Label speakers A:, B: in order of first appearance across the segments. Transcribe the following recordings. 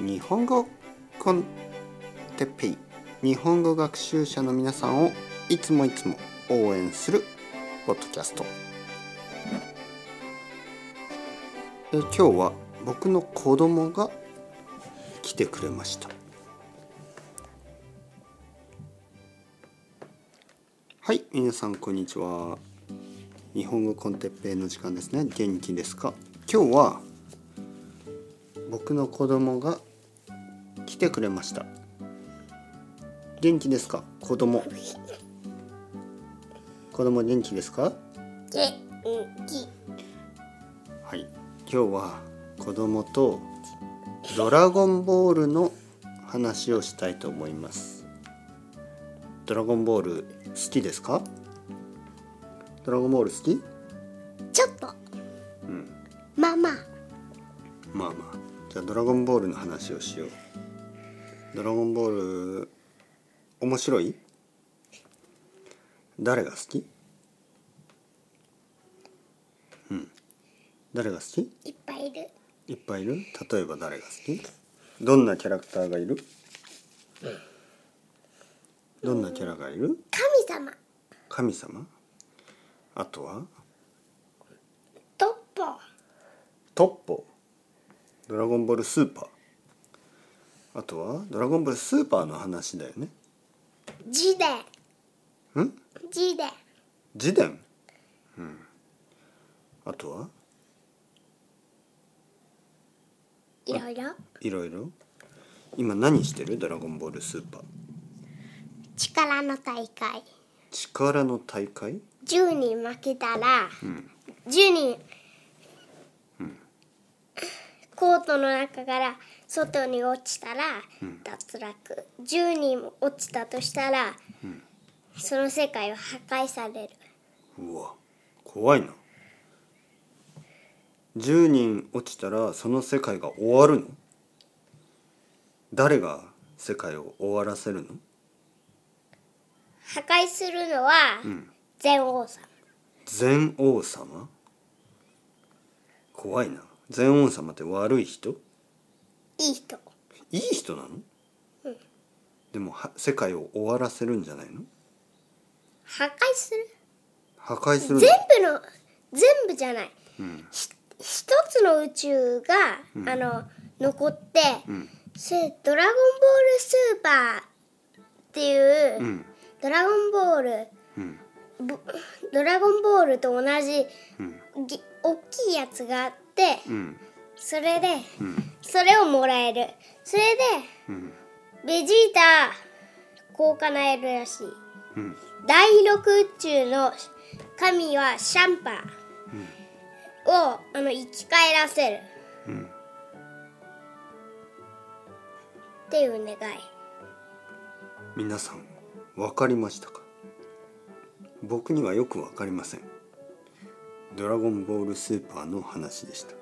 A: 日本語コンテッペイ日本語学習者の皆さんをいつもいつも応援するポッドキャストえ今日は僕の子供が来てくれましたはい皆さんこんにちは日本語コンテッペイの時間ですね元気ですか今日は僕の子供が来てくれました元気ですか子供子供元気ですか
B: 元気
A: はい今日は子供とドラゴンボールの話をしたいと思いますドラゴンボール好きですかドラゴンボール好き
B: ちょっと、まあまあ
A: まあまあじゃあドラゴンボールの話をしようドラゴンボール面白い誰が好きうん誰が好き
B: いっぱいいる
A: いっぱいいる例えば誰が好きどんなキャラクターがいるどんなキャラがいる
B: 神様
A: 神様あとは
B: トッポ
A: トッポドラゴンボールスーパーあとはドラゴンボールスーパーの話だよね
B: ジデ
A: ん
B: ジデ
A: ジデンうんあとはい
B: ろいろ
A: いろいろ今何してるドラゴンボールスーパー
B: 力の大会
A: 力の大会
B: 10人負けたら、10人、コートの中から外に落ちたら脱落、10人も落ちたとしたら、その世界は破壊される
A: うわ怖いな10人落ちたらその世界が終わるの誰が世界を終わらせるの
B: 破壊するのは、全王様
A: 全王様怖いな全王様って悪い人
B: いい人
A: いい人なの、でもは世界を終わらせるんじゃないの
B: 破壊する
A: 破壊するの
B: 全部の全部じゃない、ひ一つの宇宙が、あの残って、それドラゴンボールスーパーっていう、
A: ん
B: ドラゴンボール、
A: ん
B: ぼドラゴンボールと同じ、ぎ大きいやつがあって、
A: うん
B: それで、それをもらえるそれで、
A: ん
B: ベジータこう叶えるらしい、
A: ん
B: 第六宇宙の神はシャンパーを、あの生き返らせる、
A: ん
B: っていう願い
A: 皆さん分かりましたか僕にはよく分かりませんドラゴンボールスーパーの話でした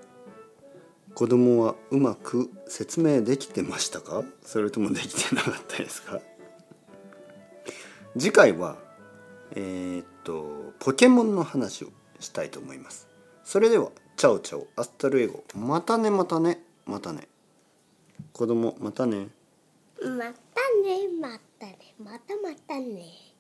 A: 子供はうまく説明できてましたかそれともできてなかったですか次回はえーっとポケモンの話をしたいと思いますそれではチャオチャオアスタルエゴまたねまたねまたね子供またね
B: またねまたねまたまたね